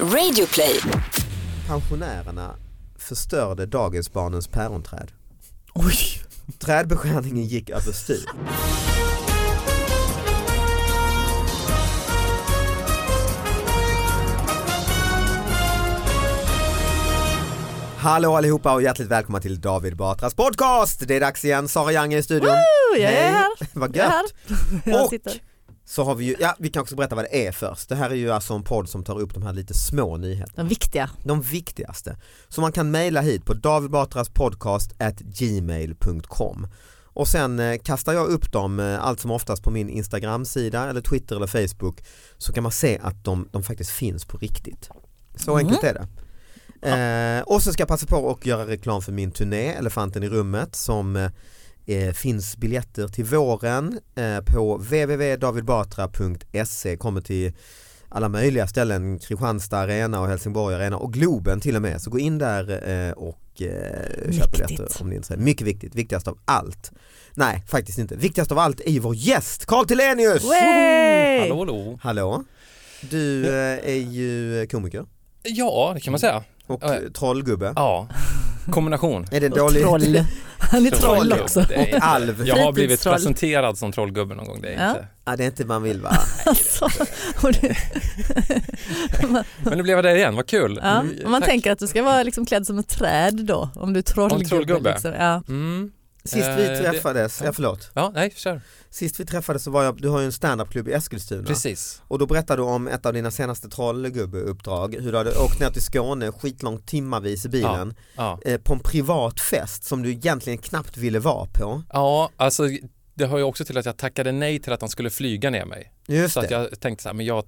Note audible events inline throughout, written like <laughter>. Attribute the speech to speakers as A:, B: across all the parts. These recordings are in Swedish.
A: Radioplay.
B: Pensionärerna förstörde dagisbarnens päronträd.
C: Oj.
B: Trädbeskärningen gick överstyr. Hallå allihopa och hjärtligt välkomna till David Batras podcast. Det är dags igen, Sara Young är i studion.
C: Jag är
B: Hej.
C: här.
B: <laughs> Vad
C: Jag är
B: gött.
C: här. <laughs> Jag
B: Och-
C: sitter.
B: Så har vi ju, ja vi kan också berätta vad det är först. Det här är ju alltså en podd som tar upp de här lite små nyheterna.
C: De viktiga.
B: de viktigaste. Så man kan mejla hit på davidbatraspodcast@gmail.com och sen eh, kastar jag upp dem eh, allt som oftast på min Instagram-sida eller Twitter eller Facebook så kan man se att de, de faktiskt finns på riktigt. Så
C: Mm.
B: enkelt är det. Eh, och så ska jag passa på och göra reklam för min turné Elefanten i rummet som eh, eh, finns biljetter till våren eh, på www.davidbatra.se kommer till alla möjliga ställen, Kristianstad arena och Helsingborg arena och Globen till och med. Så gå in där eh, och eh, köp
C: Viktigt.
B: biljetter om ni är intresserade. Mycket viktigt, viktigast av allt. Nej, faktiskt inte. Viktigast av allt är ju vår gäst Carl Tilenius!
C: Way!
D: Hallå, hallå.
B: Hallå, du eh, är ju komiker
D: Ja, det kan man säga.
B: och
D: Ja.
B: eh, trollgubbe.
D: Ja, kombination.
B: Är det
C: Och
B: dåligt?
C: troll. Han är troll
D: Trollgubbe.
C: också.
D: Det är-
B: Alv,
D: Jag har blivit
C: Fritidstroll.
D: presenterad som trollgubbe någon gång, det är
C: Ja.
D: inte.
B: ja, det är inte man vill va?
C: <laughs> Alltså, och <laughs> det,
D: Men nu blev jag det igen, vad kul.
C: ja.
D: Mm,
C: Om man
D: tack.
C: tänker att du ska vara liksom klädd som ett träd då, om du är trollgubbe.
D: trollgubbe.
C: Liksom. Ja.
D: Mm.
B: Sist
D: Eh,
B: vi
D: det-
B: träffades, ja förlåt,
D: Ja, nej, kör.
B: sist vi träffades så var jag, du har ju en standupklubb i Eskilstuna
D: Precis.
B: och då berättade du om ett av dina senaste trollgubbeuppdrag, hur du hade åkt ner till Skåne skitlångt timmavis i bilen
D: Ja.
B: eh, på en privat fest som du egentligen knappt ville vara på.
D: ja, alltså det hör ju också till att jag tackade nej till att de skulle flyga ner mig.
B: Just
D: Så att
B: det,
D: jag tänkte så här, men jag,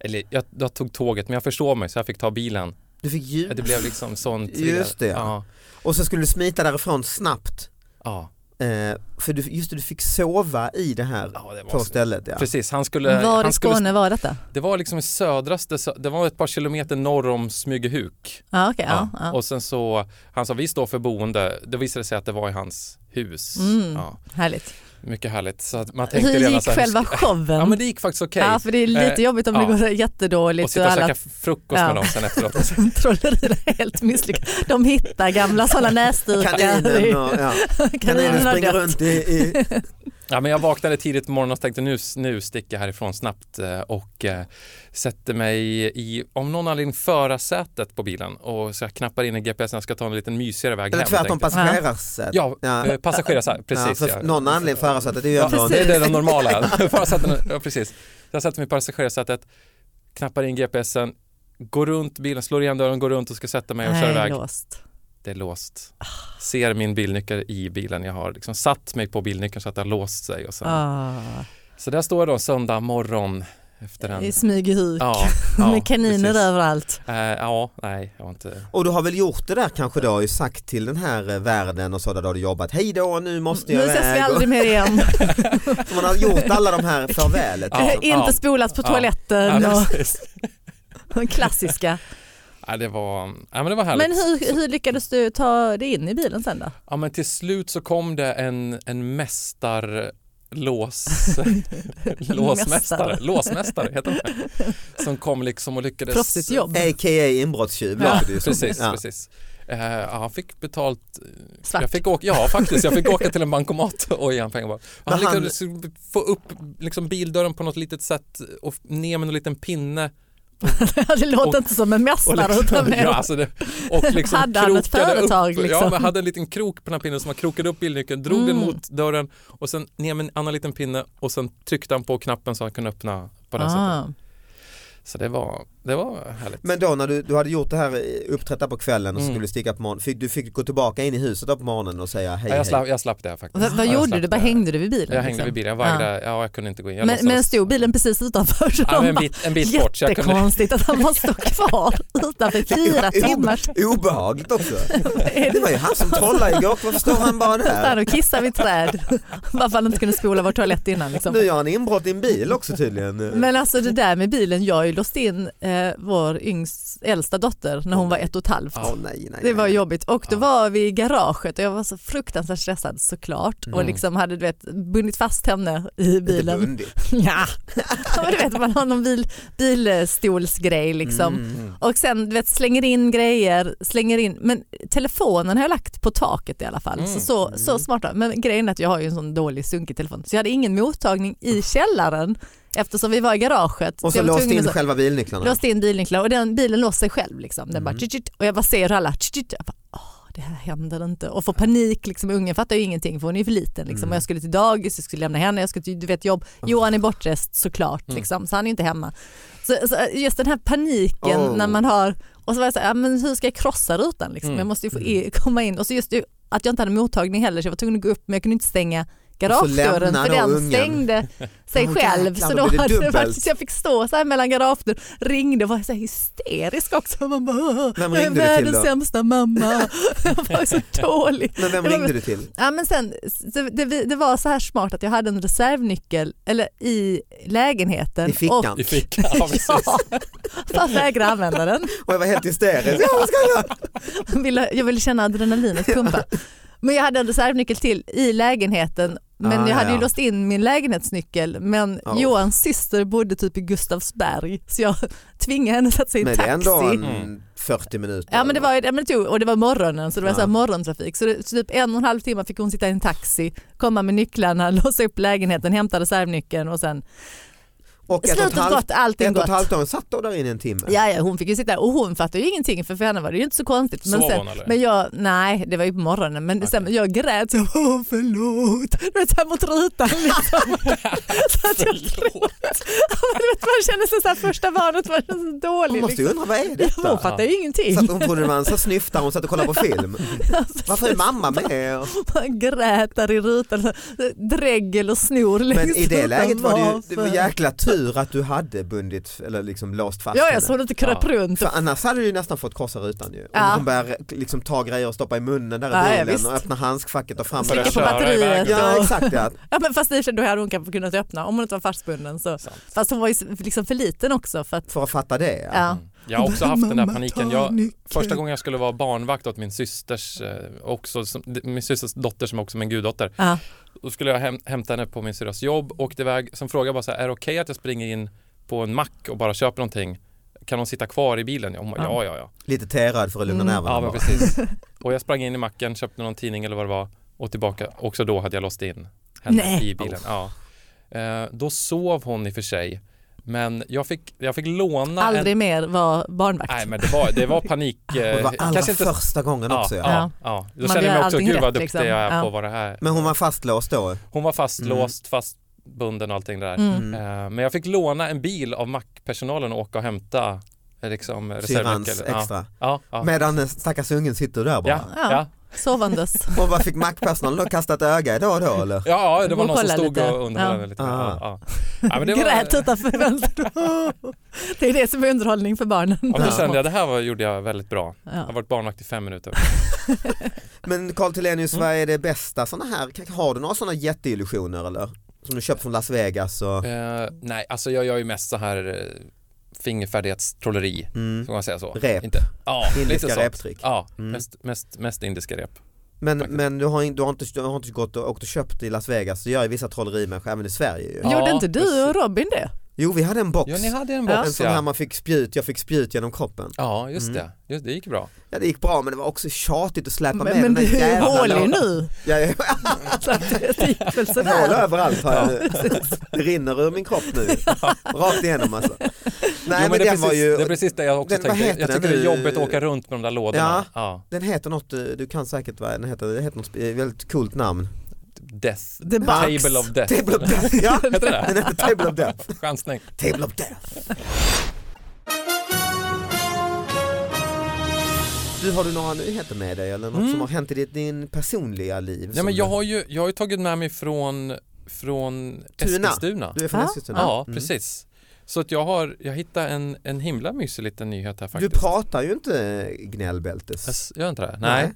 D: eller jag, jag tog tåget, men jag förstår mig så jag fick ta bilen.
B: du fick
D: Ja, Det
B: ljud
D: blev liksom sånt.
B: Just det, ja.
D: Ja,
B: och så skulle du smita därifrån snabbt
D: ja.
B: eh, för du, just det, du fick sova i det här
D: ja det var
B: på
D: så.
B: stället. Ja.
D: Precis, han skulle,
C: Var i
D: han skulle
C: Skåne var detta?
D: Det var liksom i södraste, sö- det var ett par kilometer norr om Smygehuk.
C: Ja, okej. ja,
D: Ja.
C: ja.
D: Och sen så, han sa vi står för boende, det visade sig att det var i hans hus.
C: Mm.
D: Ja,
C: Härligt.
D: mycket härligt. Så att man tänkte
C: Hur
D: redan
C: gick
D: så här,
C: själva
D: hur ska-
C: showen?
D: Ja men det gick faktiskt okej.
C: Ja, för det är lite
D: Eh,
C: jobbigt om det
D: ja.
C: går jättedåligt.
D: Och sitta och
C: alla-
D: käka frukost
C: Ja.
D: med dem
C: <laughs>
D: sen efteråt.
C: Trollerierna är helt misslyckade. De hittar gamla sådana näsdukar.
B: Kaninen,
C: <laughs>
B: och, ja. Kaninen
C: har
B: springer
C: dött.
B: runt i, i,
D: <laughs> Ja, men jag vaknade tidigt på morgonen och tänkte nu, nu sticker jag härifrån snabbt eh, och eh, sätter mig i, om någon anledning, förarsätet på bilen och så jag knappar in i GPSen, jag ska ta en liten mysigare väg
B: Eller
D: hem.
B: tvärtom
D: tänkte
B: passagerarsätet.
D: jag.
B: Ja.
D: Ja, eh, passagerarsätet,
B: Ja,
D: precis.
B: för
D: ja.
B: någon anledning förarsätet, det är ju
D: Ja,
B: ändå
D: det är det normala.
C: <laughs>
D: Förarsätet- ja, precis. Jag sätter mig i passagerarsätet, knappar in GPSen, går runt bilen, slår igen dörren, går runt och ska sätta mig och köra
C: Nej, Ah.
D: iväg.
C: låst.
D: Det är låst. Ser min bilnyckel i bilen. Jag har liksom satt mig på bilnyckeln så att det har låst sig. Och sen.
C: Ah.
D: Så där står jag då söndag morgon efter en...
C: I smyghuk <laughs>
D: Ja,
C: med kaniner
D: precis.
C: överallt.
D: Eh, ja, nej, jag har inte...
B: Och du har väl gjort det där kanske då, ju sagt till den här eh, världen och så där du har du jobbat, hej då nu måste jag
C: Nu ses vi
B: iväg.
C: aldrig mer
D: <laughs>
C: igen.
B: Och- så <laughs> Man har gjort alla de här liksom. förvälet.
D: Ja,
C: Inte spolat på
D: ja.
C: toaletten
D: Ja,
C: och
D: precis.
C: de klassiska.
D: Ja, det var, ja, men det var <laughs> härligt.
C: Men hur, hur lyckades du ta dig in i bilen sen
D: <laughs>
C: då?
D: Ja, men till slut så kom det en, en mästarlås...
C: <laughs> Mästare.
D: låsmästare, låsmästare heter han. Som kom liksom och
C: <laughs>
D: lyckades...
C: Proffsigt jobb.
B: A.k.a. inbrottstjuv
D: Ja,
B: låter det ju som.
D: precis,
B: Ja.
D: precis. Eh, ja, han fick betalt,
C: Svart.
D: jag fick åka, ja faktiskt, jag fick åka till en bankomat och ge han pengar bara.
B: Men
D: Han
B: han-
D: lyckades få upp liksom bildörren på något litet sätt och ner med en liten pinne.
C: <laughs> Det låter
D: Och-
C: inte som en
D: Och
C: mästare. utan
D: liksom,
C: mer-
D: ja, alltså det,
C: <laughs>
D: och liksom
C: Hade han ett
D: krokade
C: företag,
D: upp,
C: liksom?
D: Ja, men hade en liten krok på den här pinnen som han krokade upp bilnyckeln, drog den
C: Mm.
D: mot dörren och sen ner med en annan liten pinne och sen tryckte han på knappen så han kunde öppna på det sättet.
C: Ah.
D: Så det var, det var härligt.
B: Men då när du, du hade gjort det här, eh, uppträtt där på kvällen och så
D: Mm.
B: skulle du sticka på morgonen, fick, du fick gå tillbaka in i huset då på morgonen och säga hej
D: ja, jag,
B: hej.
D: slapp, jag slapp det faktiskt.
C: Vad, vad
D: Ja, jag
C: gjorde
D: slapp
C: du? Bara
D: det.
C: hängde du vid bilen?
D: Jag hängde
C: liksom?
D: vid bilen, jag
C: Ja.
D: vägrade, ja jag kunde inte gå in. Jag
C: Men,
D: låtsades-
C: men stod bilen precis utanför? Så
D: ja,
C: de
D: men en
C: bara,
D: bit, en bit bort. Så jag kunde,
C: Jättekonstigt att han bara stod
D: <laughs>
C: kvar utanför fyra
B: Jo,
C: timmar.
B: Obehagligt också.
C: Är
B: Det
C: det
B: var ju han som trollade igår, varför står han bara
C: där
B: där?
C: och kissar vid träd? <laughs> Varför han inte kunde spola vår toalett innan liksom. <laughs>
B: Nu gör han inbrott i en bil också tydligen.
C: Men alltså det där med bilen, jag är ju låst in eh, vår yngst, äldsta dotter när hon var ett och ett halvt.
B: Åh, nej, nej,
C: Det var
B: nej.
C: jobbigt och då
D: Ja.
C: var vi i garaget och jag var så fruktansvärt stressad såklart och
D: Mm.
C: liksom hade du vet bundit fast henne i
B: Lite
C: bilen.
B: bundigt.
C: <laughs> Ja, Ja, men du vet man har någon bil, bilstolsgrej liksom.
B: Mm.
C: Och sen du vet, slänger in grejer, slänger in, men telefonen har jag lagt på taket i alla fall.
D: Mm.
C: Så, så, så smart. då. Men grejen är att jag har ju en sån dålig sunkig telefon så jag hade ingen mottagning i källaren eftersom vi var i garaget.
B: Och
C: Så
B: så
C: jag var
B: låste
C: tvungen
B: in
C: att-
B: själva bilnycklarna.
C: låste in bilnycklar och den bilen låste sig själv. Liksom. Den bara
B: Mm.
C: tjut, tjut, och jag bara ser hur alla tjut, tjut. Jag bara, Åh, det här händer inte. Och får panik, liksom. ungen fattar ju ingenting för hon är ju för liten. Liksom.
B: Mm.
C: Och jag skulle till dagis, jag skulle lämna henne, jag skulle till du vet, jobb. Johan är bortrest såklart,
B: Mm.
C: liksom. så han är ju inte hemma. Så, så just den här paniken
B: Oh.
C: när man har, och så var jag så här, ja, men hur ska jag krossa rutan? Liksom?
D: Mm.
C: Jag måste ju få i, komma in. Och så just ju, att jag inte hade mottagning heller så jag var tvungen att gå upp men jag kunde inte stänga garagedörren
B: lämnar
C: för
B: då
C: den
B: ungen. <laughs>
C: stängde sig
B: Åh,
C: själv.
B: jäklar,
C: Så
B: då
C: då
B: blir det
C: hade det
B: dubbelt.
C: faktiskt, <laughs> jag fick stå så här mellan garagedörren, ringde och var så här hysterisk också. Man bara, "Åh,
B: Vem
C: jag är
B: ringde du till
C: världens
B: då?
C: sämsta mamma. <laughs> jag var så dålig.
B: Men vem
C: Jag var-
B: ringde du till?
C: Ja, men sen, så det, det var så här smart att jag hade en reservnyckel eller i lägenheten.
B: I fickan.
D: <laughs> I fickan, ja,
C: Och, <laughs> ja,
D: precis.
C: för att vägra använda den.
B: Och jag var helt hysterisk. Ja, vad ska jag göra?
C: Jag ville, jag ville känna adrenalinet pumpa. Men jag hade en reservnyckel till i lägenheten. Men
B: Ah,
C: jag hade ju
B: ja.
C: låst in min lägenhetsnyckel. Men
B: Oh.
C: Johans syster bodde typ i Gustavsberg. Så jag tvingade henne att sätta sig i
B: Men
C: en
B: det är
C: taxi.
B: ändå en
D: Mm.
B: 40 minuter.
C: Ja men det var, ju- ja, men det tog, och det var morgonen så det var
B: Ja.
C: så här morgontrafik. Så, det, så typ en och en halv timme fick hon sitta i en taxi, komma med nycklarna, <laughs> låsa upp lägenheten, hämta reservnyckeln och sen
B: och ett och ett
C: slutet
B: halvt,
C: gott, allting
B: ett och ett
C: gott.
B: halvt år satt då där inne i en timme.
C: Ja, ja, hon fick ju sitta och hon fattade ju ingenting för för henne var det ju inte så konstigt. Men
D: Sov
C: sen,
D: hon eller?
C: Men jag, nej det var ju på morgonen men
D: Okej.
C: sen, jag grät så åh förlåt, du vet såhär
B: <laughs>
C: mot rutan liksom. så att jag,
D: Förlåt.
C: du vet, man känner sig såhär första barnet var så
B: Hon
C: dålig.
B: måste
C: Liksom.
B: ju undra vad är
C: <laughs> Ja, Hon
B: detta?
C: fattar ju ingenting.
B: Så att hon trodde det var en sån snyftare, hon satt och kollade på
C: <laughs>
B: film.
C: Alltså,
B: Varför är mamma med?
C: Man grät där i rutan, så dregel och snor längs
B: Men i det
C: rutan.
B: läget var det ju det var
C: Varför?
B: jäkla tur att du hade bundit eller liksom låst fast
C: Ja,
B: henne.
C: jag såg inte kröp
D: Ja.
C: runt.
B: För annars hade du ju nästan fått korsa rutan ju. Om
C: Ja.
B: hon börjar liksom ta grejer och stoppa i munnen där i
C: Ja, ja,
B: bilen
C: visst.
B: och öppna handskfacket och fram
C: och
D: För att
C: slicka på
D: köra
C: batteriet.
D: iväg.
B: Ja
C: och-
B: exakt ja.
C: Ja, men fast i och för sig då hade hon kanske kunnat öppna om hon inte var fastbunden. Så.
D: Sant.
C: Fast hon var ju liksom för liten också. För att,
B: För att fatta det. Ja.
C: ja.
D: Mm. Jag har också haft den där paniken. Jag, Första gången jag skulle vara barnvakt åt min systers, eh, också, som- d- min systers dotter som också är min guddotter,
C: Ja.
D: då skulle jag häm, hämta henne på min syrras jobb, åkte iväg, sen frågade jag bara så här, är det okej att jag springer in på en mack och bara köper någonting? Kan hon sitta kvar i bilen? Hon bara, ja, ja, ja.
B: Lite täröd för att lugna
C: Mm.
B: nerverna.
D: Ja, men
B: bara.
D: precis. Och jag sprang in i macken, köpte någon tidning eller vad det var och tillbaka. Också då hade jag låst in henne
C: Nej.
D: i bilen. Ja. Eh, då sov hon i och för sig, men jag fick, jag fick låna
C: Aldrig
D: en...
C: mer vara barnvakt.
D: Nej, men det var, det var panik. eh,
B: Och det var allra
D: kanske inte
B: första gången också ja.
D: ja. ja, ja. Då
C: Man
D: kände
C: gör
D: jag mig också,
C: allting
D: gud vad
C: rätt,
D: duktig
C: liksom.
D: jag är
C: Ja.
D: på vad det här.
B: Men hon var fastlåst då.
D: Hon var fastlåst, fastbunden och allting det där.
C: Mm.
B: Mm.
D: Eh, Men jag fick låna en bil av mackpersonalen och åka och hämta eh, liksom,
B: Syrrans
D: reservnyckeln. Ja,
B: extra.
D: ja, ja.
B: Medan den stackars ungen sitter där bara.
D: ja, ja.
C: Sovandes.
B: Och vad fick mackpersonalen då kasta ett öga idag då eller?
D: Ja, det
C: Hon
D: var någon som
C: kollar
D: stod
C: lite.
D: och underhöll henne lite.
B: Ah.
D: Ja, ja. <laughs>
C: <laughs>
D: Ja, men det var,
C: Grät utanför
D: <laughs>
C: fönstret. Det är det som är underhållning för barnen.
D: Ja, men då kände jag, det här var, gjorde jag väldigt bra. Jag har
C: Ja.
D: varit barnvakt i fem minuter.
B: Men Carl Telenius,
D: Mm.
B: vad är det bästa sådana här? Har du några sådana jätteillusioner eller? Som du köpt från Las Vegas och...
D: Eh, nej, alltså jag gör ju mest så här eh, fingerfärdighetstrolleri,
B: Mm.
D: får man säga så?
B: Rep.
D: Inte, ja, lite
B: Indiska
D: sånt.
B: reptrick.
D: Ja,
B: Mm.
D: mest, mest, mest indiska rep.
B: Men,
D: Faktiskt.
B: men du, har, in- du, har inte, du har inte gått och, åkt och köpt i Las Vegas, du gör ju vissa trollerimänniskor även i Sverige ju.
D: Ja,
C: Gjorde inte du och
D: precis.
C: Robin det?
B: Jo vi hade en box,
D: Ja, ni hade en
B: en
D: box
B: sån här
D: ja.
B: man fick spjut, jag fick spjut genom kroppen.
D: Ja, just
B: Mm.
D: det. Just, det gick bra.
B: Ja det gick bra men det var också tjatigt att släpa med
C: Men
B: den
C: du
B: där
C: är ju
B: jävla
C: hålig
B: lådan.
C: nu.
B: Ja,
C: <laughs>
B: ja,
C: Så att det gick väl
B: jag har hål
C: sådär.
B: överallt har jag nu. <laughs> Det rinner ur min kropp
C: <laughs>
B: nu. Rakt igenom alltså. Nej
D: jo,
B: men,
D: men det, är
B: den
D: precis,
B: var ju,
D: det är precis det jag också
B: den- vad
D: tänkte.
B: heter
D: Jag tycker det
B: den?
D: är jobbigt att åka runt med de där lådorna. Ja.
B: den heter något, eh, du kan säkert vad den heter, det heter något sp- väldigt coolt namn.
D: Death.
C: The box.
D: Table of death.
B: Table
D: <laughs>
B: of Death, ja
D: Heter det
B: den heter Table of Death.
D: det? Chansning.
B: Table of Death. Du, har du några nyheter med dig eller något
D: Mm.
B: som har hänt i ditt, din personliga liv?
D: Nej,
B: som
D: men
B: du-
D: jag, har ju, jag har ju tagit med mig från, från
B: Tuna.
D: Eskilstuna.
B: Du är från
C: Ja.
B: Eskilstuna?
D: Ja,
B: Mm.
D: precis. Så att jag har, jag hittade en, en himla mysig liten nyhet här faktiskt.
B: Du pratar ju inte gnällbältes.
D: Jag s- Gör jag inte det? Nej.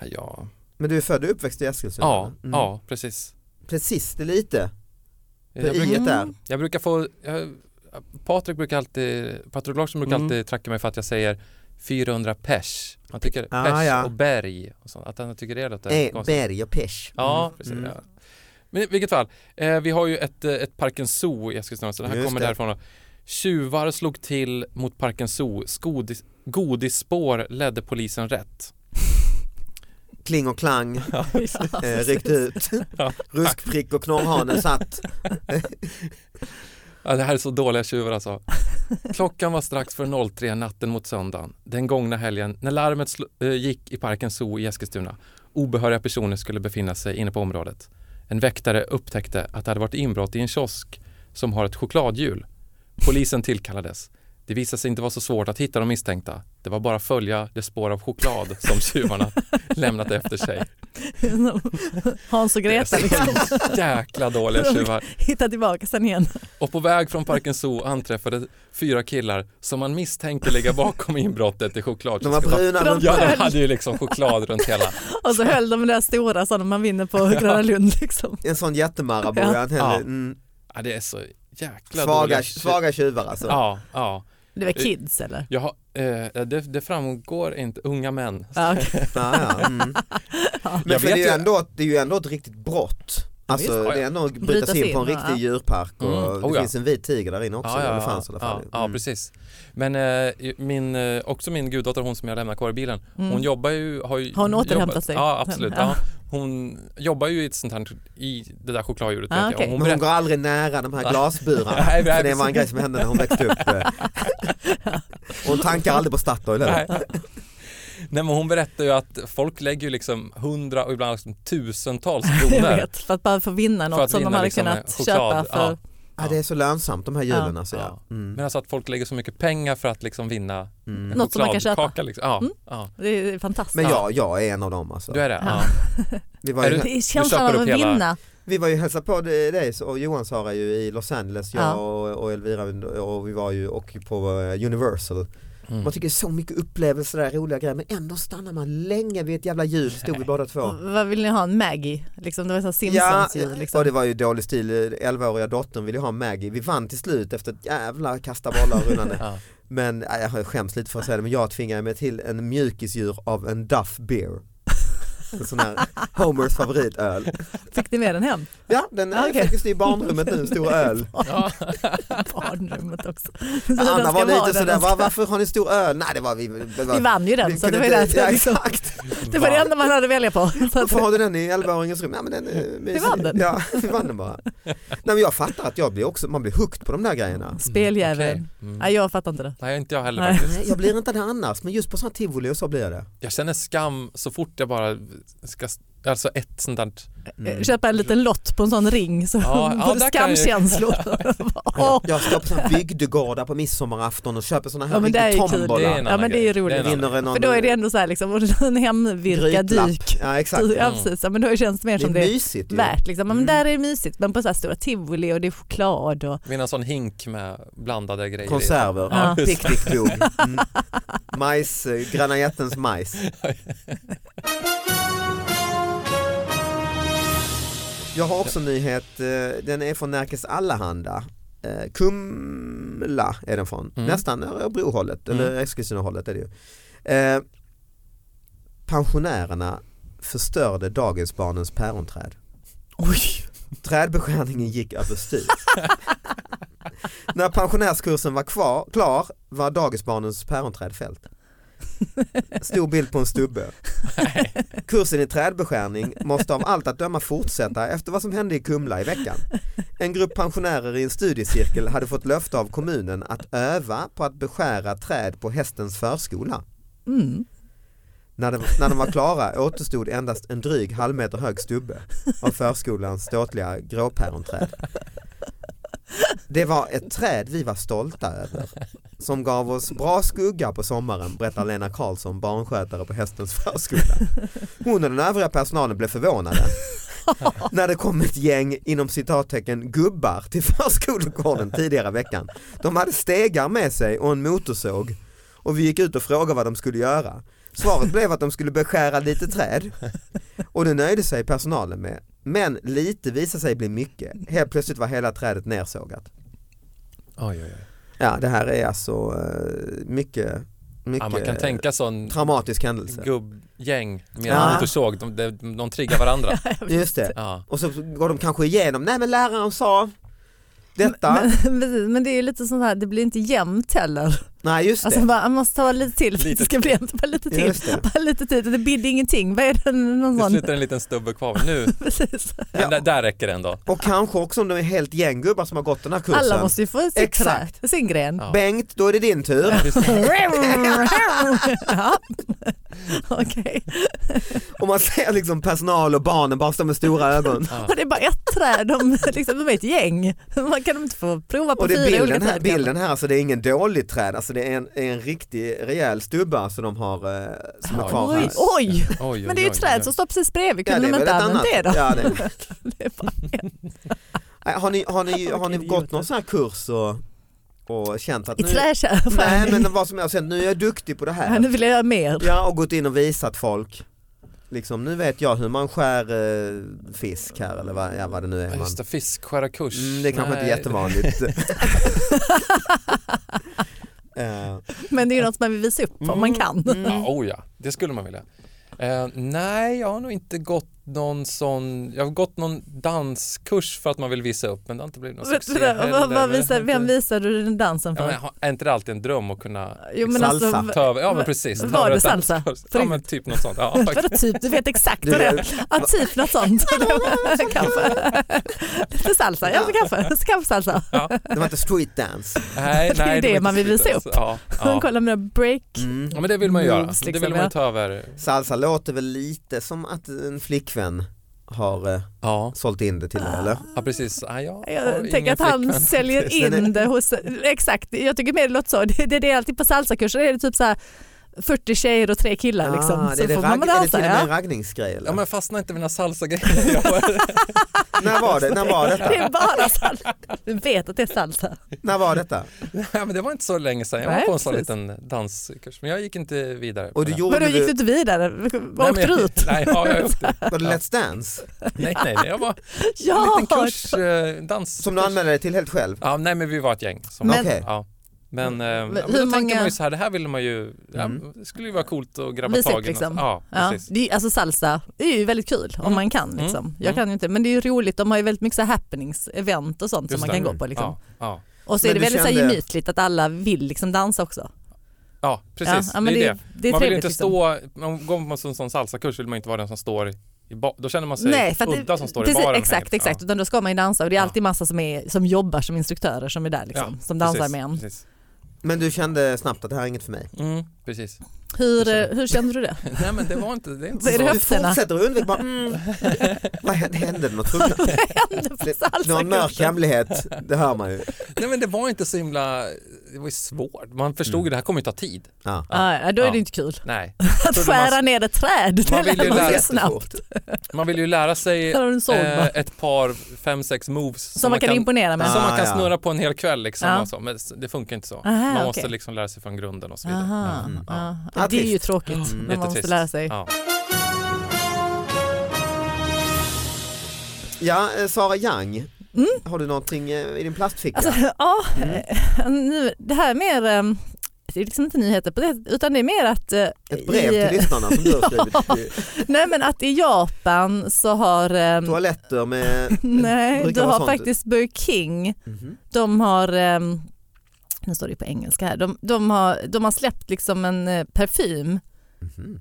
D: Ja, ja.
B: Men du är född och uppväxt i Eskilstuna?
D: ja,
B: eller? Mm.
D: ja precis.
B: Precis, det är lite.
D: Jag,
B: På i
D: brukar,
B: där.
D: jag brukar få, jag Patrik brukar alltid, Patrik Larsson brukar
A: Mm.
D: alltid tracka mig för att jag säger 400 pers. Han tycker
B: Ah,
D: pers
B: ja.
D: och berg och sånt. Att han tycker det låter
B: Eh,
D: konstigt.
B: berg och pesch.
D: Ja,
B: Mm.
D: precis.
B: Mm.
D: Ja. Men i vilket fall, eh, vi har ju ett, eh, ett Parkens Zoo i Eskilstuna, så det här
B: Just
D: kommer
B: det.
D: därifrån. Då. Tjuvar slog till mot Parkens Zoo. Skodis, godisspår ledde polisen rätt.
B: Kling och
D: <laughs>
B: klang,
C: <laughs> Ja,
B: eh, ryckt ut.
D: Ja.
B: Ruskprick och knorrhane satt.
D: Ja, det här är så dåliga tjuvar alltså. Klockan var strax för 03 natten mot söndagen den gångna helgen när larmet sl- eh, gick i Parken Zoo i Eskilstuna. Obehöriga personer skulle befinna sig inne på området. En väktare upptäckte att det hade varit inbrott i en kiosk som har ett chokladhjul. Polisen tillkallades. Det visade sig inte vara så svårt att hitta de misstänkta. Det var bara att följa det spår av choklad som tjuvarna lämnat efter sig.
C: Hans och
D: Det är
C: Greta liksom.
D: <laughs> så jäkla dåliga tjuvar.
C: Hitta tillbaka sen igen.
D: Och på väg från Parken Zoo anträffade fyra killar som man misstänkte ligga bakom inbrottet i choklad.
B: De var bruna
C: De-
B: runt
D: Ja, de hade ju liksom choklad runt hela.
C: Och så höll de där stora sådana man vinner på Gröna Lund liksom.
B: en sån jättemarabou.
C: Ja.
B: Ja.
D: Ja.
B: Mm.
D: Ja, det är så jäkla
B: Svaga,
D: dåliga-
B: svaga tjuvar alltså.
D: Ja, ja.
C: Det var kids eller?
D: Jag har, eh, det, det framgår inte, unga män.
C: Ja, okej.
B: Ja, ja. <laughs> Mm. Men
D: Jag
B: för
D: vet
B: det, är ju
D: ju-
B: ändå, det är ju ändå ett riktigt brott. Alltså
D: visst.
B: det är ändå att bryta
C: Bryta
B: sig in på en
C: sig in,
B: riktig djurpark och
D: Mm. Oh,
B: det
D: ja.
B: finns en vit tiger där inne också.
D: Ja, ja,
B: eller fanns i alla fall.
D: ja, ja,
B: Mm.
D: precis. Men eh, min, eh, också min guddotter, hon som jag lämnar kvar i bilen,
C: Mm.
D: <laughs>
C: <laughs>
D: hon jobbar ju... Har, ju,
C: Har hon återhämtat
D: jobbat-
C: sig?
D: Ja, absolut.
C: Ja.
D: Ja. Hon jobbar ju i ett sånt här, i det där chokladdjuret.
C: Ah,
D: vet jag. Och
C: okej.
D: Hon
B: Men hon går
D: berättar,
B: aldrig nära de här glasburarna.
D: <laughs> Nej, nej,
B: för det var en
D: precis.
B: grej som hände när hon växte
D: <laughs>
B: upp. hon tankar aldrig på Statoil. eller?
D: Nej. <laughs> Nej men hon berättar ju att folk lägger ju liksom hundra och ibland liksom tusentals
C: <laughs> jag
D: kronor.
C: vet. För att bara få vinna något
D: För att
C: som de
D: vinna
C: hade
D: liksom
C: kunnat
D: choklad,
C: köpa för...
D: ja.
B: Ja, det är så lönsamt de här hjulen.
C: Ja.
B: Alltså, ja.
D: Men
B: Mm.
D: alltså att folk lägger så mycket pengar för att liksom vinna
B: Mm.
D: en
C: Något som man kan
D: chokladkaka
C: köpa.
D: Liksom. Ja,
C: Mm.
D: ja.
C: Det är fantastiskt.
B: Men jag, jag är en av dem. Alltså.
D: Du är det? Ja.
B: Vi, var
D: Är
B: ju,
D: du-
C: Det är känslan
D: köper
C: av
D: upp
C: att
D: hela-
C: vinna.
B: vi var ju hälsade på dig och Johan Sara ju i Los Angeles, jag
C: Ja.
B: och, och Elvira och vi var ju och på eh, Universal. Man
D: Mm.
B: tycker det är så mycket upplevelser där, roliga grejer men ändå stannar man länge vid ett jävla hjul, stod vi båda två.
C: Vad vill ni ha? En Maggie? Liksom, det var så här
B: Ja,
C: Simpsons ju.
B: och
C: Liksom.
B: det var ju dålig stil, 11-åriga dottern ville ju ha Maggie. Vi vann till slut efter ett jävla kasta bollar och
D: <laughs>
B: rullande.
C: <laughs>
D: Ja.
B: Men äh, jag skäms lite för att säga det, men jag tvingade mig till en mjukisdjur av en Duff Beer. En sån här Homers favoritöl.
C: Fick ni med
B: <laughs>
C: den hem?
B: Ja, den är
C: Okej.
B: faktiskt i barnrummet nu, en
C: <laughs>
B: stor öl.
D: Ja.
C: Barnrummet också. Så den
B: Anna var
C: ska vara
B: lite
C: där
B: sådär,
C: den
B: "Va,
C: ska-
B: varför har ni stor öl? Nej det var vi. Det var,
C: Vi vann ju den
B: vi
C: så det
B: kunde
C: var ju
B: inte-
C: därför.
B: ja,
C: liksom.
B: exakt.
C: Det var det enda man hade att välja på. Så att-
B: Varför har du den i 11-åringens rum? Nej, men den är mysig.
C: vann den.
B: Ja, vi vann den bara. Nej, men jag fattar att jag blir också, man blir hooked på de där grejerna.
C: Speldjävulen.
D: Okej. Mm.
C: Nej, jag fattar inte det.
D: Nej, inte jag heller
C: Nej.
D: faktiskt.
B: Nej, jag blir inte det annars, men just på sådana tivoli och så blir jag det.
D: Jag känner skam så fort jag bara ska, alltså ett sånt där,
B: Mm.
C: Eh, Köpa en liten lott på en sån ring så
D: Ja, ja,
C: får du
D: där kan jag ju- <laughs>
C: skamkänslor. <laughs> Åh,
B: Jag står på sådana bygdegårdar på midsommarafton och köper sådana här
C: Ja, men det är ju
B: riktigt
C: kul.
D: det är
B: tombola.
D: en
C: Ja,
D: annan
C: men det är ju
D: grej.
C: roligt.
D: en annan
B: Vinner en någon
C: För då är det ändå så här liksom, <laughs> och en hemvirkad
B: grytlapp.
C: duk.
B: Ja exakt.
C: Ja,
D: Mm.
C: precis. Ja, men då känns det mer
B: Det är
C: som det är
B: mysigt ju.
C: värt. Liksom. Ja, Men
B: Mm.
C: där är det mysigt. Men på så här stora tivoli och det är choklad och
D: vinna en sån hink med blandade grejer. i.
B: Konserver,
D: Ja.
B: picknickbog, mm. majs, eh, Gröna Jättens majs. Jag har också en nyhet, eh, den är från Närkes Allahanda. Eh, Kumla är den från,
D: Mm.
B: nästan Örebrohållet,
D: Mm.
B: eller Eskilstunahållet är det ju. Eh, pensionärerna förstörde dagisbarnens päronträd.
C: oj,
B: Trädbeskärningen gick överstyr. När pensionärskursen var kvar, klar var dagisbarnens päronträd fällt. Stor bild på en stubbe. Kursen i trädbeskärning måste av allt att döma fortsätta efter vad som hände i Kumla i veckan. En grupp pensionärer i en studiecirkel hade fått löfte av kommunen att öva på att beskära träd på hästens förskola.
C: mm.
B: När de, när de var klara återstod endast en dryg halvmeter hög stubbe av förskolans ståtliga gråpäronträd. Det var ett träd vi var stolta över som gav oss bra skugga på sommaren berättar Lena Karlsson, barnskötare på hästens förskola. Hon och den övriga personalen blev förvånade när det kom ett gäng inom citattecken gubbar till förskolegården tidigare i veckan. De hade stegar med sig och en motorsåg och vi gick ut och frågade vad de skulle göra. Svaret blev att de skulle beskära lite träd och det nöjde sig personalen med. Men lite visade sig bli mycket. Helt plötsligt var hela trädet nersågat.
D: Oj, oj, oj.
B: Ja, det här är alltså eh, mycket, mycket
D: Ja, man kan tänka sån
B: traumatisk händelse.
D: gubbgäng med
B: Ja.
D: motorsåg, de, de, de triggar varandra.
B: Just det.
D: Ja.
B: Och så går de kanske igenom, nej men läraren sa detta,
C: Men, <laughs> precis, men det är ju lite sånt här, det blir inte jämnt heller.
B: nej just det.
C: Alltså bara, man måste ta lite till för att
D: Lite
C: det ska bli jämnt. Bara lite till.
B: Just det.
C: <laughs> Bara lite till. Det bidde ingenting. Vad är det? Någon
D: Till
C: sån?
D: slut är det en liten stubbe kvar. Nu,
C: <laughs> Precis.
D: men där, där räcker det ändå.
B: Och kanske också om de är helt gänggubbar som har gått den här kursen.
C: Alla måste ju få sitt trä,
B: Exakt.
C: sin gren.
D: Ja.
B: Bengt, då är det din tur.
C: <laughs> Ja. <laughs> Okej.
B: Och man ser liksom personal och barnen bara står med stora ögon.
C: Och det är bara ett träd, de, liksom, de är ett gäng. Man kan inte få prova på
B: Och det
C: fyra
B: är bilden
C: olika
B: här,
C: träd.
B: bilden här så det är ingen dålig träd, alltså det är en, en riktig rejäl stubba som de har, eh, som är kvar här.
C: Oj, oj,
D: Oj, oj,
C: men det är ju ett
D: oj, oj,
C: träd
D: oj.
C: som står precis bredvid.
B: Ja,
C: Kunde de
B: väl
C: inte
B: ett
C: använt det då?
B: Ja, det är-
C: Det är bara ett.
B: Nej, Har ni, har
C: <laughs>
B: ni, har ni
C: Okej,
B: gått
C: idioter.
B: någon sån här kurs och, och känt att
C: I
B: nu,
C: träkärr.
B: nej, men vad som helst, nu är jag duktig på det
C: Ja, nu
B: här.
C: vill jag göra mer.
B: Ja, och gått in och visat folk. Liksom, nu vet jag hur man skär eh, fisk här eller vad, ja, vad det nu
D: Ja,
B: är man.
D: Just det, fiskskärarkurs.
B: Mm, det är kanske
D: Nej.
B: inte
D: <laughs>
B: jättevanligt. <laughs> Eh,
C: Men det är ju något man vill visa upp om
B: Mm.
C: man kan.
D: Ja, oh ja, det skulle man vilja. Eh, nej, jag har nog inte gått någon sån, jag har gått någon danskurs för att man vill visa upp men det har inte blivit någon
C: Vet
D: succé
C: du det? Och vad- vad visar- Vem visar
D: visar?
C: du den dansen
D: Ja, men,
C: för?
D: har- är inte det alltid en dröm att kunna
C: Jo, men
B: Salsa.
C: alltså, v-
D: ta över, ja men
C: va-
D: precis. ta
C: var
D: över
C: det
D: ett
C: salsa?
D: danskurs.
C: På
D: Ja men typ något
C: <laughs>
D: sånt. Ja,
C: Vadå typ, du vet exakt vad det är? Ja, typ något
D: <laughs>
C: sånt. <laughs> kanske. Lite salsa, ja men kanske. Kanske salsa.
B: det var inte street dance.
D: nej,
C: Det är ju
D: nej,
C: det
D: var
C: man
D: inte
C: vill
D: slut,
C: visa
D: alltså. Ja, ja.
C: <laughs> Kolla mina break.
B: Mm.
D: ja men det vill man ju göra,
C: Moves,
D: det
C: liksom,
D: vill man
C: ja.
D: ju ta över.
B: Salsa låter väl lite som att en flickvän har eh,
D: Ja,
B: sålt in det
D: Mm.
B: till mig eller?
D: ja precis. Ja, jag har
C: Ah, Jag tänker
D: ingen
C: att han
B: <laughs>
D: flickvän.
C: säljer in det hos, exakt, jag tycker mer det låter så. Det, det, det är alltid på salsakurser är det typ så här 40 tjejer och tre killar liksom.
B: Ah, det är, det
C: så får man
B: ragg, är det till
C: dansa.
B: och
C: <laughs>
B: med en
C: Ja.
B: raggningsgrej eller?
D: Ja men fastna inte med mina salsa-grejer. <laughs> Jag bara-
B: när, var det, när var
C: Det <laughs>
B: detta?
C: är bara salsa. Du vet att det är salsa.
B: När var detta?
D: Nej men det var inte så länge sedan, jag
C: Nej,
D: var på en sån
C: precis.
D: liten danskurs men jag gick inte vidare.
B: Och
D: på
B: du
D: den.
B: gjorde
C: Men då
B: det-
C: gick du inte vidare?
D: Nej,
C: Åkte
D: men
C: du
D: jag-
C: ut?
D: <laughs> Nej, ja,
C: <laughs>
D: jag åkte.
B: var det Let's Dance
D: nej, nej, nej, jag var en
C: Ja!
D: liten kurs, eh, dans.
B: som du anmälde dig till helt själv?
D: Ja, nej men vi var ett gäng. Som
B: Men-
D: men,
B: Okej.
D: ja. Men, eh, ja, men
C: hur
D: då tänker
C: många-
D: man ju så här, det här ville man ju, ja,
B: Mm.
D: det skulle ju vara coolt att grabba
C: Visa upp,
D: tag i
C: liksom.
D: något. Ja,
C: Ja,
D: precis.
C: det är, ju- alltså salsa är ju väldigt kul om
D: Mm.
C: man kan. Liksom.
D: Mm.
C: Jag kan ju inte, men det är ju roligt, de har ju väldigt mycket så här happenings, event och sånt
D: Just
C: som man
D: det.
C: kan gå på. Liksom.
D: Ja, ja.
C: Och så
B: Men
C: är det
B: du
C: väldigt så här
B: kände-
C: gemytligt att alla vill liksom dansa också.
D: ja, precis.
C: men
D: det är det.
C: det är
D: man vill ju
C: trevligt.
D: inte
C: liksom.
D: stå, man går man på en sån salsakurs vill man ju inte vara den som står i ba- då känner man sig
C: Nej, för att det-
D: udda som står i
C: precis,
D: baren.
C: Exakt,
D: helt.
C: exakt.
D: Ja.
C: Utan då ska man ju dansa och det är
D: Ja.
C: alltid massa som, är, som jobbar som instruktörer som är där liksom,
D: Ja,
C: som dansar
D: precis,
C: med en.
D: Precis.
B: Men du kände snabbt att det här är inget för mig?
D: Mm, precis.
C: Hur,
D: Precis.
C: eh, hur kände du det?
D: <laughs>
C: <laughs>
D: Nej men det var inte, det är inte
C: Vad är det
D: så.
B: Du
C: Höfterna.
B: fortsätter att undvika bara, mm, vad hände, hände det något
C: <laughs>
B: fruktansvärt?
C: Hände på
B: Det- Någon mörk
C: salsakursen?
B: hemlighet, det hör man ju.
D: <laughs> Nej men det var inte så himla, det var ju svårt. Man förstod ju det här kommer ju ta tid.
B: Ja.
C: Ah, ja, då är
D: Ja.
C: det inte kul.
D: Nej.
C: Att
D: trodde man-
C: skära ner ett träd, det
D: Man vill ju
C: lär man sig
D: lära-
C: snabbt.
B: Jättefort.
D: Man vill ju
C: <laughs>
D: lära sig
C: Där har du en såg
D: eh,
C: bara.
D: ett par, fem, sex moves
C: Som man kan imponera med.
D: som man
B: Ah,
D: kan
B: ja.
D: snurra på en hel kväll liksom.
C: Ja.
D: Och så. Men det funkar inte så.
C: Aha,
D: man måste
C: okej.
D: liksom lära sig från grunden och så vidare.
C: Aha,
B: Mm.
C: ja.
B: Ja,
C: Det är ju
B: trist.
C: tråkigt
D: Mm,
C: men man måste
D: jättetrist.
C: lära sig.
D: Ja.
B: Ja, eh, Sara Young, har du någonting eh, i din plastficka?
C: Mm. Alltså, ja, eh,
B: Mm.
C: nu, det här är mer, ehm, det är liksom inte nyheter på det, utan det är mer att, eh,
B: Ett brev
C: i,
B: till lyssnarna som du har
C: <laughs>
B: skrivit.
C: nej, men att i Japan så har, ehm,
B: Toaletter med...
C: <laughs> nej,
B: brukar
C: du
B: vara
C: har
B: sånt.
C: faktiskt Burger King,
B: Mhm.
C: de har, ehm, nu står det på engelska här, de, de, har, de har släppt liksom en eh, parfym,
B: Mhm.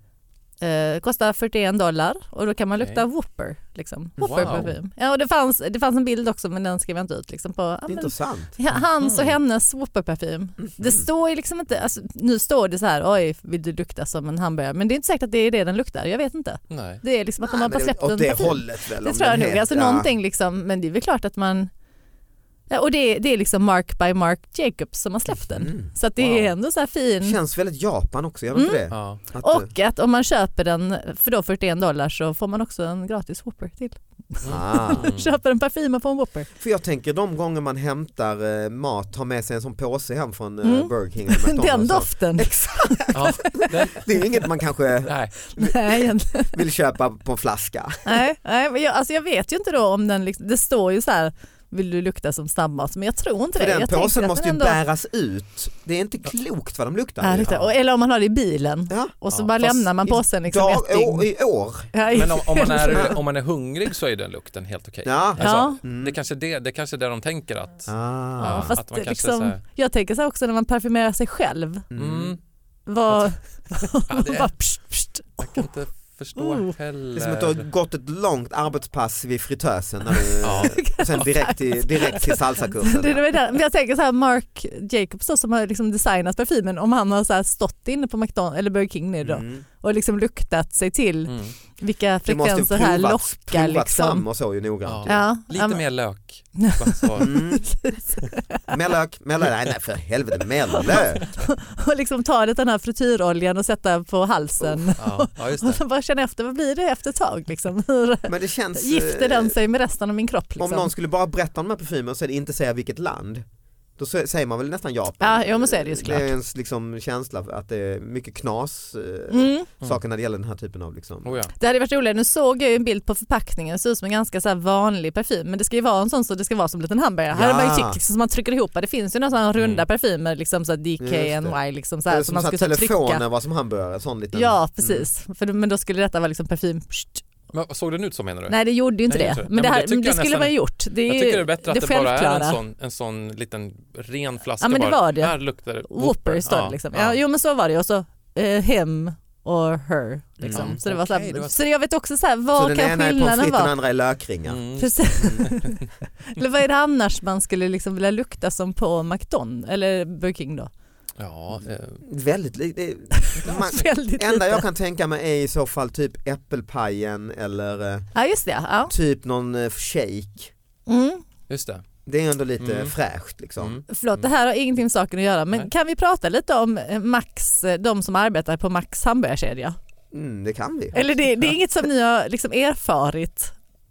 C: eh, kostar 41 dollar och då kan man lukta Whopper. Liksom. Whopper
D: Wow.
C: parfym. Ja, och det, fanns, det fanns en bild också men den skrev jag inte ut. Liksom, på, ja,
B: Det är Mm.
C: men
B: intressant.
C: Ja, Hans och hennes Whopper-parfym. Det
B: Mm.
C: står ju liksom inte, alltså, nu står det så här, oj vill du lukta som en hamburgare, men det är inte säkert att det är det den luktar, jag vet inte.
D: Nej.
C: Det är liksom att de
B: Nej,
C: har
B: men
C: bara
B: det-
C: släppt en
B: Åt det
C: parfym.
B: hållet väl?
C: det
B: om
C: tror jag
B: den
C: nog,
B: heter-
C: alltså
B: typ. ja.
C: någonting liksom, men det är väl klart att man, ja, och det, det är liksom Mark by Mark Jacobs som har släppt den.
B: Mm.
C: Så att det
D: Wow.
C: är ändå så här fin.
B: Känns väldigt Japan också, gör det inte det?
D: Ja.
B: Att, eh,
C: Mm. Och att om man köper den för då 41 dollar så får man också en gratis Whopper till.
D: Mm.
B: ah.
C: Köper en parfym och får en Whopper.
B: För jag tänker de gånger man hämtar eh, mat, tar med sig en sån påse hem från eh,
C: Mm.
B: Burger King. eller McDonald's.
C: <laughs> Den doften.
B: Exakt,
D: Ja. Den,
B: det är inget man kanske
D: nej.
C: <laughs> Nej, egentligen.
B: vill köpa på en flaska.
C: Nej, nej men jag, alltså jag vet ju inte då om den, liksom, det står ju så här vill du lukta som snabbast. Men jag tror inte
B: För
C: det.
B: den
C: jag
B: påsen
C: tänker att
B: måste ju
C: den ändå-
B: bäras ut. Det är inte klokt vad de luktar.
C: Ja, luktar. Och, eller om man har det i bilen
B: Ja.
C: och så
D: liksom. Ja,
C: bara
D: fast
C: lämnar man
B: i
C: påsen liksom
B: Dag,
C: ett dygn.
B: å, I år.
C: Ja, i-
D: Men om, om,
C: <laughs>
D: man är, om man är hungrig så är den lukten helt okej.
B: Ja.
D: Alltså,
C: Ja.
B: Mm.
D: Det kanske är det, det kanske är där de tänker att...
B: Ah.
C: Ja, fast
D: att man kanske
C: liksom,
D: så här-
C: Jag tänker så här också när man parfymerar sig själv.
B: Mm.
D: Mm,
C: Vad... <laughs>
D: Ja, det är-
C: bara pst, pst.
D: jag kan inte förstå
C: Oh.
B: Det är som att du
D: heller. Mm.
B: har gått ett långt arbetspass vid fritösen när du,
D: Ja.
B: och sen direkt
C: <laughs>
B: till, direkt till salsakursen.
C: Det är det där. Men jag tänker så här, Mark Jacobs då, som har liksom designat parfymen, om han har så här stått inne på McDonald's eller Burger King nu då
B: Mm.
C: och liksom luktat sig till
D: Mm.
C: vilka
B: Det måste ju
C: frekvenser här
B: provats-
C: lockar
B: provats fram
C: liksom.
B: och så ju noggrant. ju.
C: Ja,
D: Lite
C: ja, men- <laughs>
D: mer lök.
C: Nej.
D: Bara så.
B: Mm. Mellök, mellök, nej, nej för helvete mellök.
C: <laughs> och liksom ta lite den här frityroljan och sätta på halsen.
D: Ja, ja,
C: <laughs>
D: just
C: Och
D: det.
C: så bara känna efter, vad blir det efter ett tag liksom? Hur
B: Men det känns... eh,
C: gifter den sig med resten av min kropp liksom?
B: Om någon skulle bara berätta om de här parfymerna och sen inte säga vilket land, då sä- säger man väl nästan Japan.
C: Ja, jo, men så är det ju
B: Det
C: såklart.
B: är ens liksom känsla för att det är mycket knas eh,
C: Mm.
B: saker när det gäller den här typen av liksom.
D: Oh, ja.
C: Det hade varit roligare, nu såg jag ju en bild på förpackningen, det ser ut som en ganska så här vanlig parfym men det ska ju vara en sån så det ska vara som en liten hamburgare. Här
B: Ja.
C: har man ju tyckt liksom, som man trycker ihop, det finns ju några sådana
D: Mm.
C: runda parfymer, liksom så här
B: Just det.
C: DKNY liksom så
B: Det är
C: här, som
B: som
C: man
B: så
C: skulle
B: att
C: så här
B: telefonen
C: trycka.
B: var som hamburgare, sån liten.
C: Ja
D: Mm.
C: precis, För, men då skulle detta vara liksom parfym. Psst.
D: Men, såg den ut så menar du?
C: Nej det gjorde ju inte
D: Nej,
C: det,
D: inte det.
C: men
D: Nej,
C: det,
D: men
C: här,
D: det tycker
C: men det
D: jag
C: skulle
D: nästan-
C: vara gjort. Det är,
D: jag tycker det är bättre att det, bara är en
C: självklara.
D: sån, en sån liten ren flaska.
C: Ja, men det
D: bara.
C: var det.
D: Här luktar det
C: Whopper står det liksom. Ja, Jo men så var det och så eh, him or her. Liksom.
D: Mm.
C: Så, det var så, här,
D: Okej, det var så.
C: så jag vet också så här,
B: Så
C: vad
B: den
C: kan
B: ena är pommes
C: skillnaden
B: frites,
C: vara?
B: den andra är lökringar.
D: Mm.
C: Precis. eller vad är det annars man skulle liksom vilja lukta som på McDonald's eller Burger King då?
D: Ja, eh,
B: Väldigt
C: <laughs>
B: lite. Man,
C: Väldigt
B: enda jag
C: lite.
B: kan tänka mig är i så fall typ äppelpajen eller eh,
C: Ja just det. Ja.
B: typ någon eh, shake.
C: Mm.
D: just det.
B: Det är ändå lite
D: Mm.
B: fräscht liksom.
D: Mm.
C: Förlåt det här har ingenting med saken att göra men
D: Nej.
C: kan vi prata lite om eh, Max, eh, de som arbetar på Max hamburgarkedja?
B: Mm, det kan vi.
C: Eller det, det är inget som ni har liksom erfarit?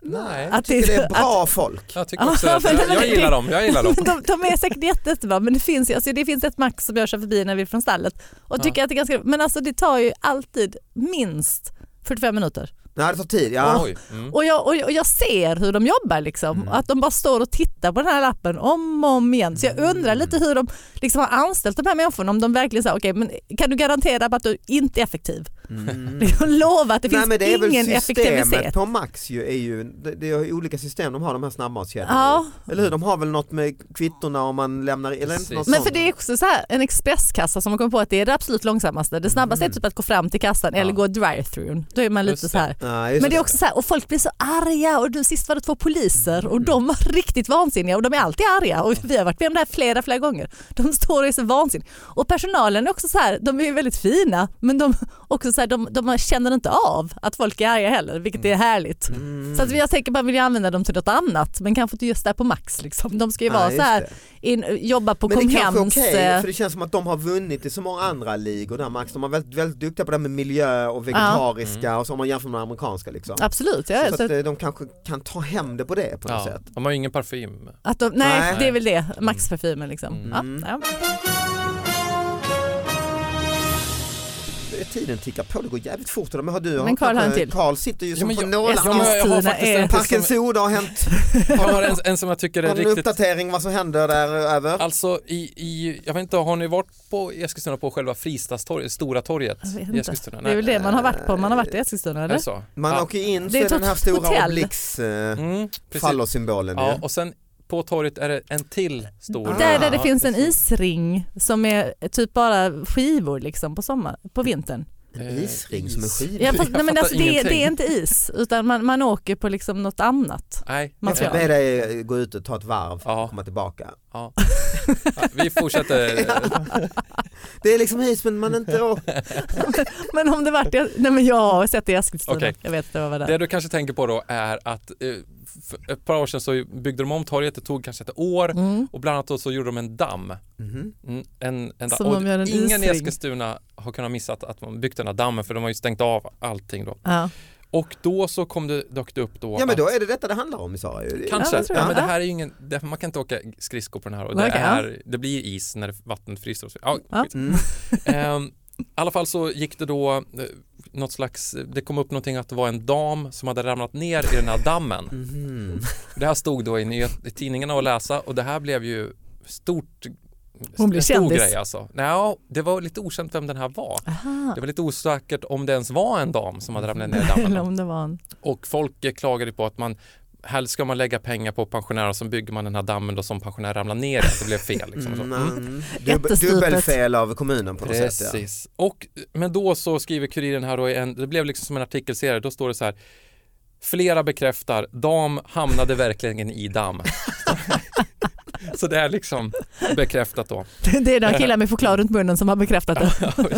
D: Nej.
C: Att
B: Tycker det är bra folk.
D: Jag tycker också
C: Ja, <laughs>
D: att,
C: men
D: jag, jag
C: det-
D: gillar dem. Jag gillar dem.
C: Men <laughs> de, de är säkert jätte, jättebra men det finns, ju- alltså, det finns ett max som jag kör förbi när vi är från stallet och
D: Ja.
C: tycker att det är ganska men alltså det tar ju alltid minst 45 minuter.
B: Nej, det tar tid. Ja.
D: Oj. Mm.
C: Och jag, och, jag, och jag ser hur de jobbar liksom
B: Mm.
C: och att de bara står och tittar på den här lappen om och om igen. Så jag
B: Mm.
C: undrar lite hur de liksom har anställt de här människorna om de verkligen säger okej men kan du garantera att du inte är effektiv?
D: <laughs>
B: Mm.
C: Lova att det finns
B: men det är väl
C: ingen
B: systemet
C: effektivitet.
B: på Max ju är ju, det det är ju olika system de har de här snabbmatskedjorna.
C: Ja,
B: Eller hur, de har väl något med kvittorna om man lämnar, eller
D: Precis.
B: inte något
C: Men
B: sånt.
C: för det är också så här, en expresskassa som man kommer på att det är det absolut långsammaste. Det snabbaste är typ att gå fram till kassan eller
D: Ja.
C: gå drive-thrun. Då är man
D: Just
C: lite
D: det.
C: så här.
B: Ja, Mm. just
C: Men det är också så här, och folk blir så arga och nu sist var det två poliser och de var riktigt vansinniga och de är alltid arga och vi har varit med om det här flera, flera gånger. De står och är så vansinniga. Och personalen är också så här, de är ju väldigt fina men de, också så här, de, de känner inte av att folk är arga heller vilket
B: Mm.
C: är härligt. Så att jag tänker bara vill jag använda dem till något annat men kanske inte just där på Max liksom. De ska ju
B: Ja,
C: vara
B: just
C: så här,
B: det.
C: in, jobba på
B: Men det är kanske
C: Comhems.
B: okej,
C: eh,
B: för det känns som att de har vunnit i så många andra ligor där Max. De är väldigt, väldigt duktiga på det här med miljö och vegetariska
D: Mm.
B: och så om man jämför med amerikanska liksom.
C: Absolut, ja.
B: så,
C: Så
B: att
C: att,
B: eh, de kanske kan ta hem det på det på något
D: Ja,
B: sätt.
D: de har ju ingen parfym.
C: att de, nej,
B: Nej.
C: det är väl det, Max-parfymen liksom.
B: Mm.
C: Ja, ja.
B: Tiden tickar på, det går jävligt fort. Men har du,
C: Men Carl har en till.
B: Carl sitter ju som
D: men
B: på
D: jag-
B: nålar.
D: Ja, men jag
C: Kristina
D: har faktiskt
C: är-
D: en,
B: Parken
D: som,
B: Soda har
D: <laughs>
B: hänt.
D: jag har en, en som jag tycker är
B: Har du en
D: riktigt
B: uppdatering vad som händer där över?
D: Alltså i, i, jag vet inte, har ni varit på i Eskilstuna på själva Fristadstorget, Stora torget?
C: Jag vet
D: i
C: inte.
D: Eskilstuna?
C: Det är väl det man har varit på om man har varit i Eskilstuna
D: Är det
C: eller?
D: så?
B: Man
D: ja.
B: åker in så
C: Det är
B: är den här
C: ett
B: stora
C: hotell.
B: Obelix eh,
D: Mm, precis.
B: fallosymbolen.
D: Ja,
B: Ja.
D: och sen på torget är det en till stor.
C: Där, där det
D: Ja,
C: finns en
D: precis.
C: isring som är typ bara skivor liksom på, sommar, på vintern.
B: En
D: Eh,
B: isring som är
D: is.
B: skid.
C: Ja, fast,
D: Jag
C: nej, men
D: fattar
C: alltså, det,
D: ingenting.
C: det är inte is utan man, man åker på liksom något annat.
D: Nej.
C: Man
B: Jag
C: ska-
B: ska be dig gå ut och ta ett varv och
D: Ja,
B: komma tillbaka.
D: ja. ja. Vi fortsätter.
B: Det är liksom his men man
D: <laughs>
B: inte åker.
C: <laughs> Men om det vart, jag, nej men jag har sett det i Eskilstuna.
D: Okej.
C: Jag vet inte vad det var där.
D: Det du kanske tänker på då är att eh, för ett par år sedan så byggde de om torget, det tog kanske ett år
C: Mm.
D: och bland annat då så gjorde de en damm.
B: Mhm.
D: Mm, En, en
C: Som
D: och
C: de gör en
D: ingen i
C: isring.
D: Eskilstuna har kunnat missa att, att man byggt den här dammen för de har ju stängt av allting då.
C: Ja.
D: Och då så kom det, dök det upp då
B: Ja men
D: att-
B: då är det detta det handlar om Sara. ju.
C: Ja,
D: Kanske, ja,
C: det tror jag.
D: men det här är ju ingen, det, man kan inte åka skridskor på den här och det,
C: Okej, ja.
D: är, det blir is när vattnet fryser och så. Ja,
C: Ja.
D: skit.
B: Mm.
D: Ehm, I alla fall så gick det då, eh, något slags, det kom upp någonting att det var en dam som hade ramlat ner i den här dammen.
B: Mhm.
D: Det här stod då i, nyhet, i tidningarna att läsa och det här blev ju stort
C: Hon blev
D: en stor
C: kändis.
D: grej alltså. Nja, det var lite okänt vem den här var.
C: Aha.
D: Det var lite osäkert om det ens var en dam som hade
C: <laughs>
D: ramlat ner i
C: Eller
D: dammen.
C: om det var en...
D: Och folk eh, klagade på att man Helst ska man lägga pengar på pensionärer och så bygger man den här dammen då som pensionärer ramlar ner i. Det blev fel. Liksom, så.
B: Mm,
D: Mm.
B: mm. Dubbel,
C: Jättestupet.
B: dubbelfel av kommunen på något sätt. Ja.
D: Precis. Och, men då så skriver Kuriren här då, i en, det blev liksom som en artikelserie, då står det så här Flera bekräftar, dam hamnade verkligen
B: <laughs>
D: i damm. så det är liksom bekräftat då.
C: Det är några killar med choklad runt munnen som har bekräftat
D: <laughs>
C: det.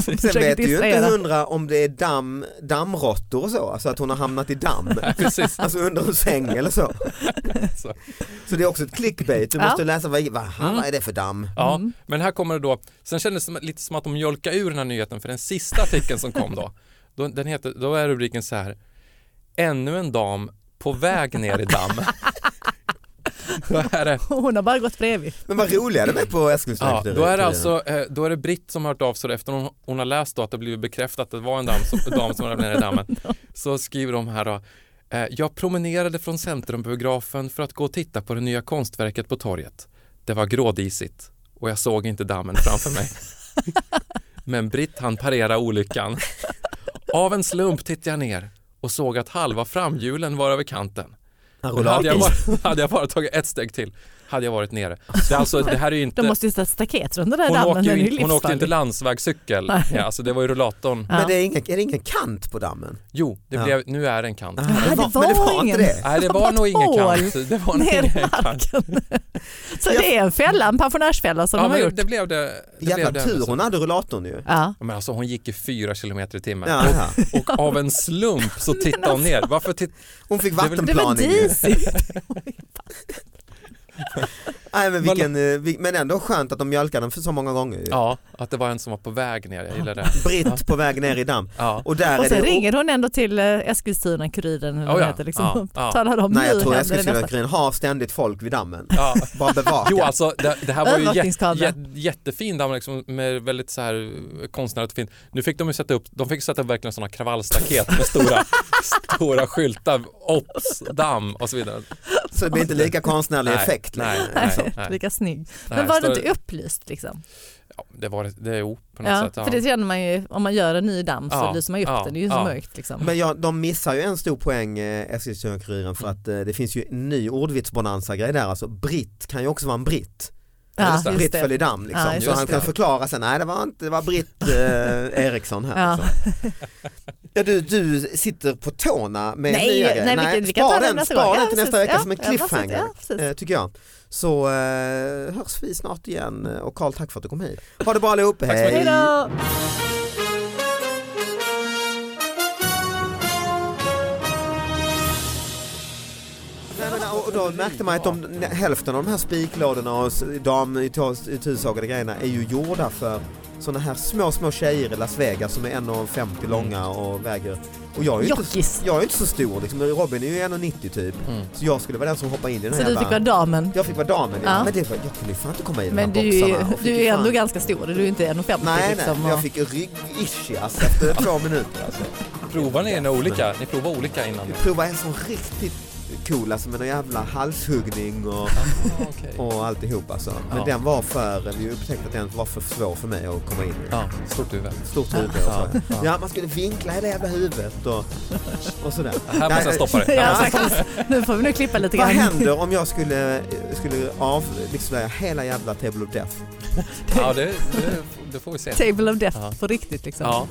B: Sen
C: <laughs> Försöker
B: vet du ju inte
C: distrahera.
B: hundra om det är damm, dammråttor och så, alltså att hon har hamnat i damm.
D: <laughs> Precis.
B: Alltså under en säng eller så.
D: <laughs> Så.
B: Så det är också ett clickbait, du
C: Ja.
B: måste läsa vad, vad, vad är det för damm?
D: Ja,
C: Mm.
D: men här kommer det då, sen kändes det som- lite som att de mjölkade ur den här nyheten för den sista artikeln som kom då, då, den heter, då är rubriken så här Ännu en dam på väg ner
B: <laughs>
D: i damm. då är det
C: Hon har bara gått bredvid.
B: Men vad roliga de är på
D: Ja,
B: Eskilstuna.
D: då är det alltså, eh, då är det Britt som har hört av sig då, efter hon, hon har läst då att det blivit bekräftat att det var en dam som, dam som ramlade ner i dammen. Så skriver de här då, eh, jag promenerade från Centrumbiografen för att gå och titta på det nya konstverket på torget. Det var grådisigt och jag såg inte dammen framför mig. Men Britt han parera olyckan. Av en slump tittade jag ner och såg att halva framhjulen var över kanten.
B: Han
D: Men
B: rullar
D: Hade jag,
B: av.
D: bara, <laughs> hade jag bara tagit ett steg till hade jag varit nere. Det, är alltså, det här är ju inte
C: De måste ju sätta staket runt den där
D: hon
C: dammen.
D: åkte,
C: Den är
D: ju
C: ju
D: inte, hon åkte inte
C: livsfarlig.
D: landsvägscykel.
C: Nej.
D: Ja, alltså det var ju rullatorn.
C: Ja.
B: Men det är, ingen, är det ingen kant på dammen?
D: Jo, det
B: Ja.
D: blev, nu är det en kant.
C: det var
B: men det var
C: ingen.
B: inte det.
D: Nej, det var
C: Vad
D: nog ingen
C: tål.
D: kant. Det var
C: <laughs>
D: nog
C: Ner i
D: ingen kant.
C: marken.
D: <laughs>
C: Så det är en fälla, en pensionärsfälla som
D: Ja,
C: de har
D: men
C: gjort.
D: det blev det. det blev
B: Jävla
D: det.
B: tur hon hade rullatorn ju.
C: Ja.
D: Men alltså hon gick i fyra kilometer i timmen
B: Ja, ja.
D: och, och av en slump
C: <laughs>
D: så tittade hon ner. Varför titt...
B: Hon fick
D: Det är väl-
C: Det var
B: vattenplaning. ju.
C: disigt.
B: Nej, men, vilken, eh, vi- men ändå skönt att de mjölkade den för så många gånger. ju.
D: Ja, att det var en som var på väg ner. Jag gillar det.
B: Britt på väg ner i damm.
D: Ja.
B: Och där
C: Och
B: är det...
C: sen ringer hon ändå till eh, Eskilstuna-Kuriren eller vad
D: Oh
C: det
D: ja,
C: heter liksom,
D: ja,
C: och
D: ja.
C: talar om
B: Nej, jag
C: nu
B: tror
C: händer det nästa.
B: Eskilstuna-Kuriren har ständigt folk vid dammen.
D: Ja.
B: Bara bevakar.
D: <laughs> Jo, alltså det, det här var ju jä,
C: Övervakningskamera.
D: jä, jättefin damm liksom, med väldigt så här eh, konstnärligt fint. Nu fick de ju sätta upp, de fick sätta upp verkligen sådana kravallstaket
C: <laughs>
D: med stora, stora skyltar, OPS, damm och så vidare.
B: Så det blir inte lika konstnärlig
D: Nej,
B: effekt.
D: nej,
B: längre.
D: nej.
B: Alltså.
C: <laughs> Lika snygg.
D: Det här
C: Men var det
D: står-
C: inte upplyst liksom?
D: Ja, det var det, det är jo, på något
C: Ja,
D: sätt. Ja.
C: För det känner man ju, om man gör en ny damm så
D: Ja,
C: lyser man ju upp
D: ja,
C: den, det är ju så
D: ja.
C: mörkt liksom.
B: Men ja, de missar ju en stor poäng eh, Eskilstuna-Kuriren för att eh, det finns ju en ny ordvitsbonanza-grej där alltså. Britt kan ju också vara en britt.
C: ja,
D: just det.
B: Britt föll i damm liksom.
C: Ja, just
B: så han
D: det.
B: kan förklara sen, nej det var inte, det var Britt eh, Eriksson här.
C: Ja.
B: Ja. Ja, du, du sitter på tårna med
C: Nej,
B: nya
C: nej,
B: grejer.
C: vi- vi kan ta
B: spara
C: den
B: den,
C: nästa
B: spara
C: gång.
B: den
C: Ja,
B: till
C: precis.
B: nästa vecka
C: Ja,
B: som en
C: ja, precis.
B: cliffhanger
C: Ja, precis.
B: eh, tycker jag. Så eh, hörs vi snart igen eh, och Karl tack för att du kom hit. Ha det bra allihop,
D: så mycket.
C: Hej då!
B: Nej, men, och och då märkte man att de, nä- hälften av de här spiklådorna och s- dam i tos- i tussagade grejerna är ju gjorda för sådana här små, små tjejer i Las Vegas som är 1,50
D: Mm.
B: långa och väger. Och jag är ju inte,
C: Jockis.
B: jag är inte så stor, liksom. Robin är ju 1,90 typ.
D: Mm.
B: Så jag skulle vara den som hoppar in i den
C: Så
B: här
C: du
B: jävla...
C: fick vara damen.
B: Jag fick vara damen, ja.
C: Ja.
B: men det var, jag kunde ju fan inte komma in i de här
C: Men du, är
B: boxarna.
C: ju-
B: och fick
C: du
B: ju
C: är
B: fan-
C: ändå ganska stor, du är ju inte 1,50
B: Nej, nej,
C: liksom.
B: men jag
C: och-
B: fick ryggischias efter två minuter. Alltså.
D: Provar ni några olika? Ni provar
B: <laughs>
D: olika innan?
B: Vi provade en sån riktigt cool, alltså med någon jävla halshuggning och,
D: Ah, okej.
B: och alltihop alltså. Men
D: Ja.
B: den var för, vi upptäckte att den var för svår för mig att komma in i.
D: Ja, stort huvud.
B: Stort huvud och
D: Ja,
B: så. Ja. man skulle vinkla hela jävla huvudet och, och sådär. eh,
D: Här måste jag stoppa det.
C: Ja, faktiskt. Nu får vi nog klippa lite
B: Vad
C: grann.
B: händer om jag skulle, skulle avslöja hela jävla Table of Death?
D: Ja, det, det, det får vi se.
C: Table of death
D: Ja.
C: på riktigt liksom.
D: Ja.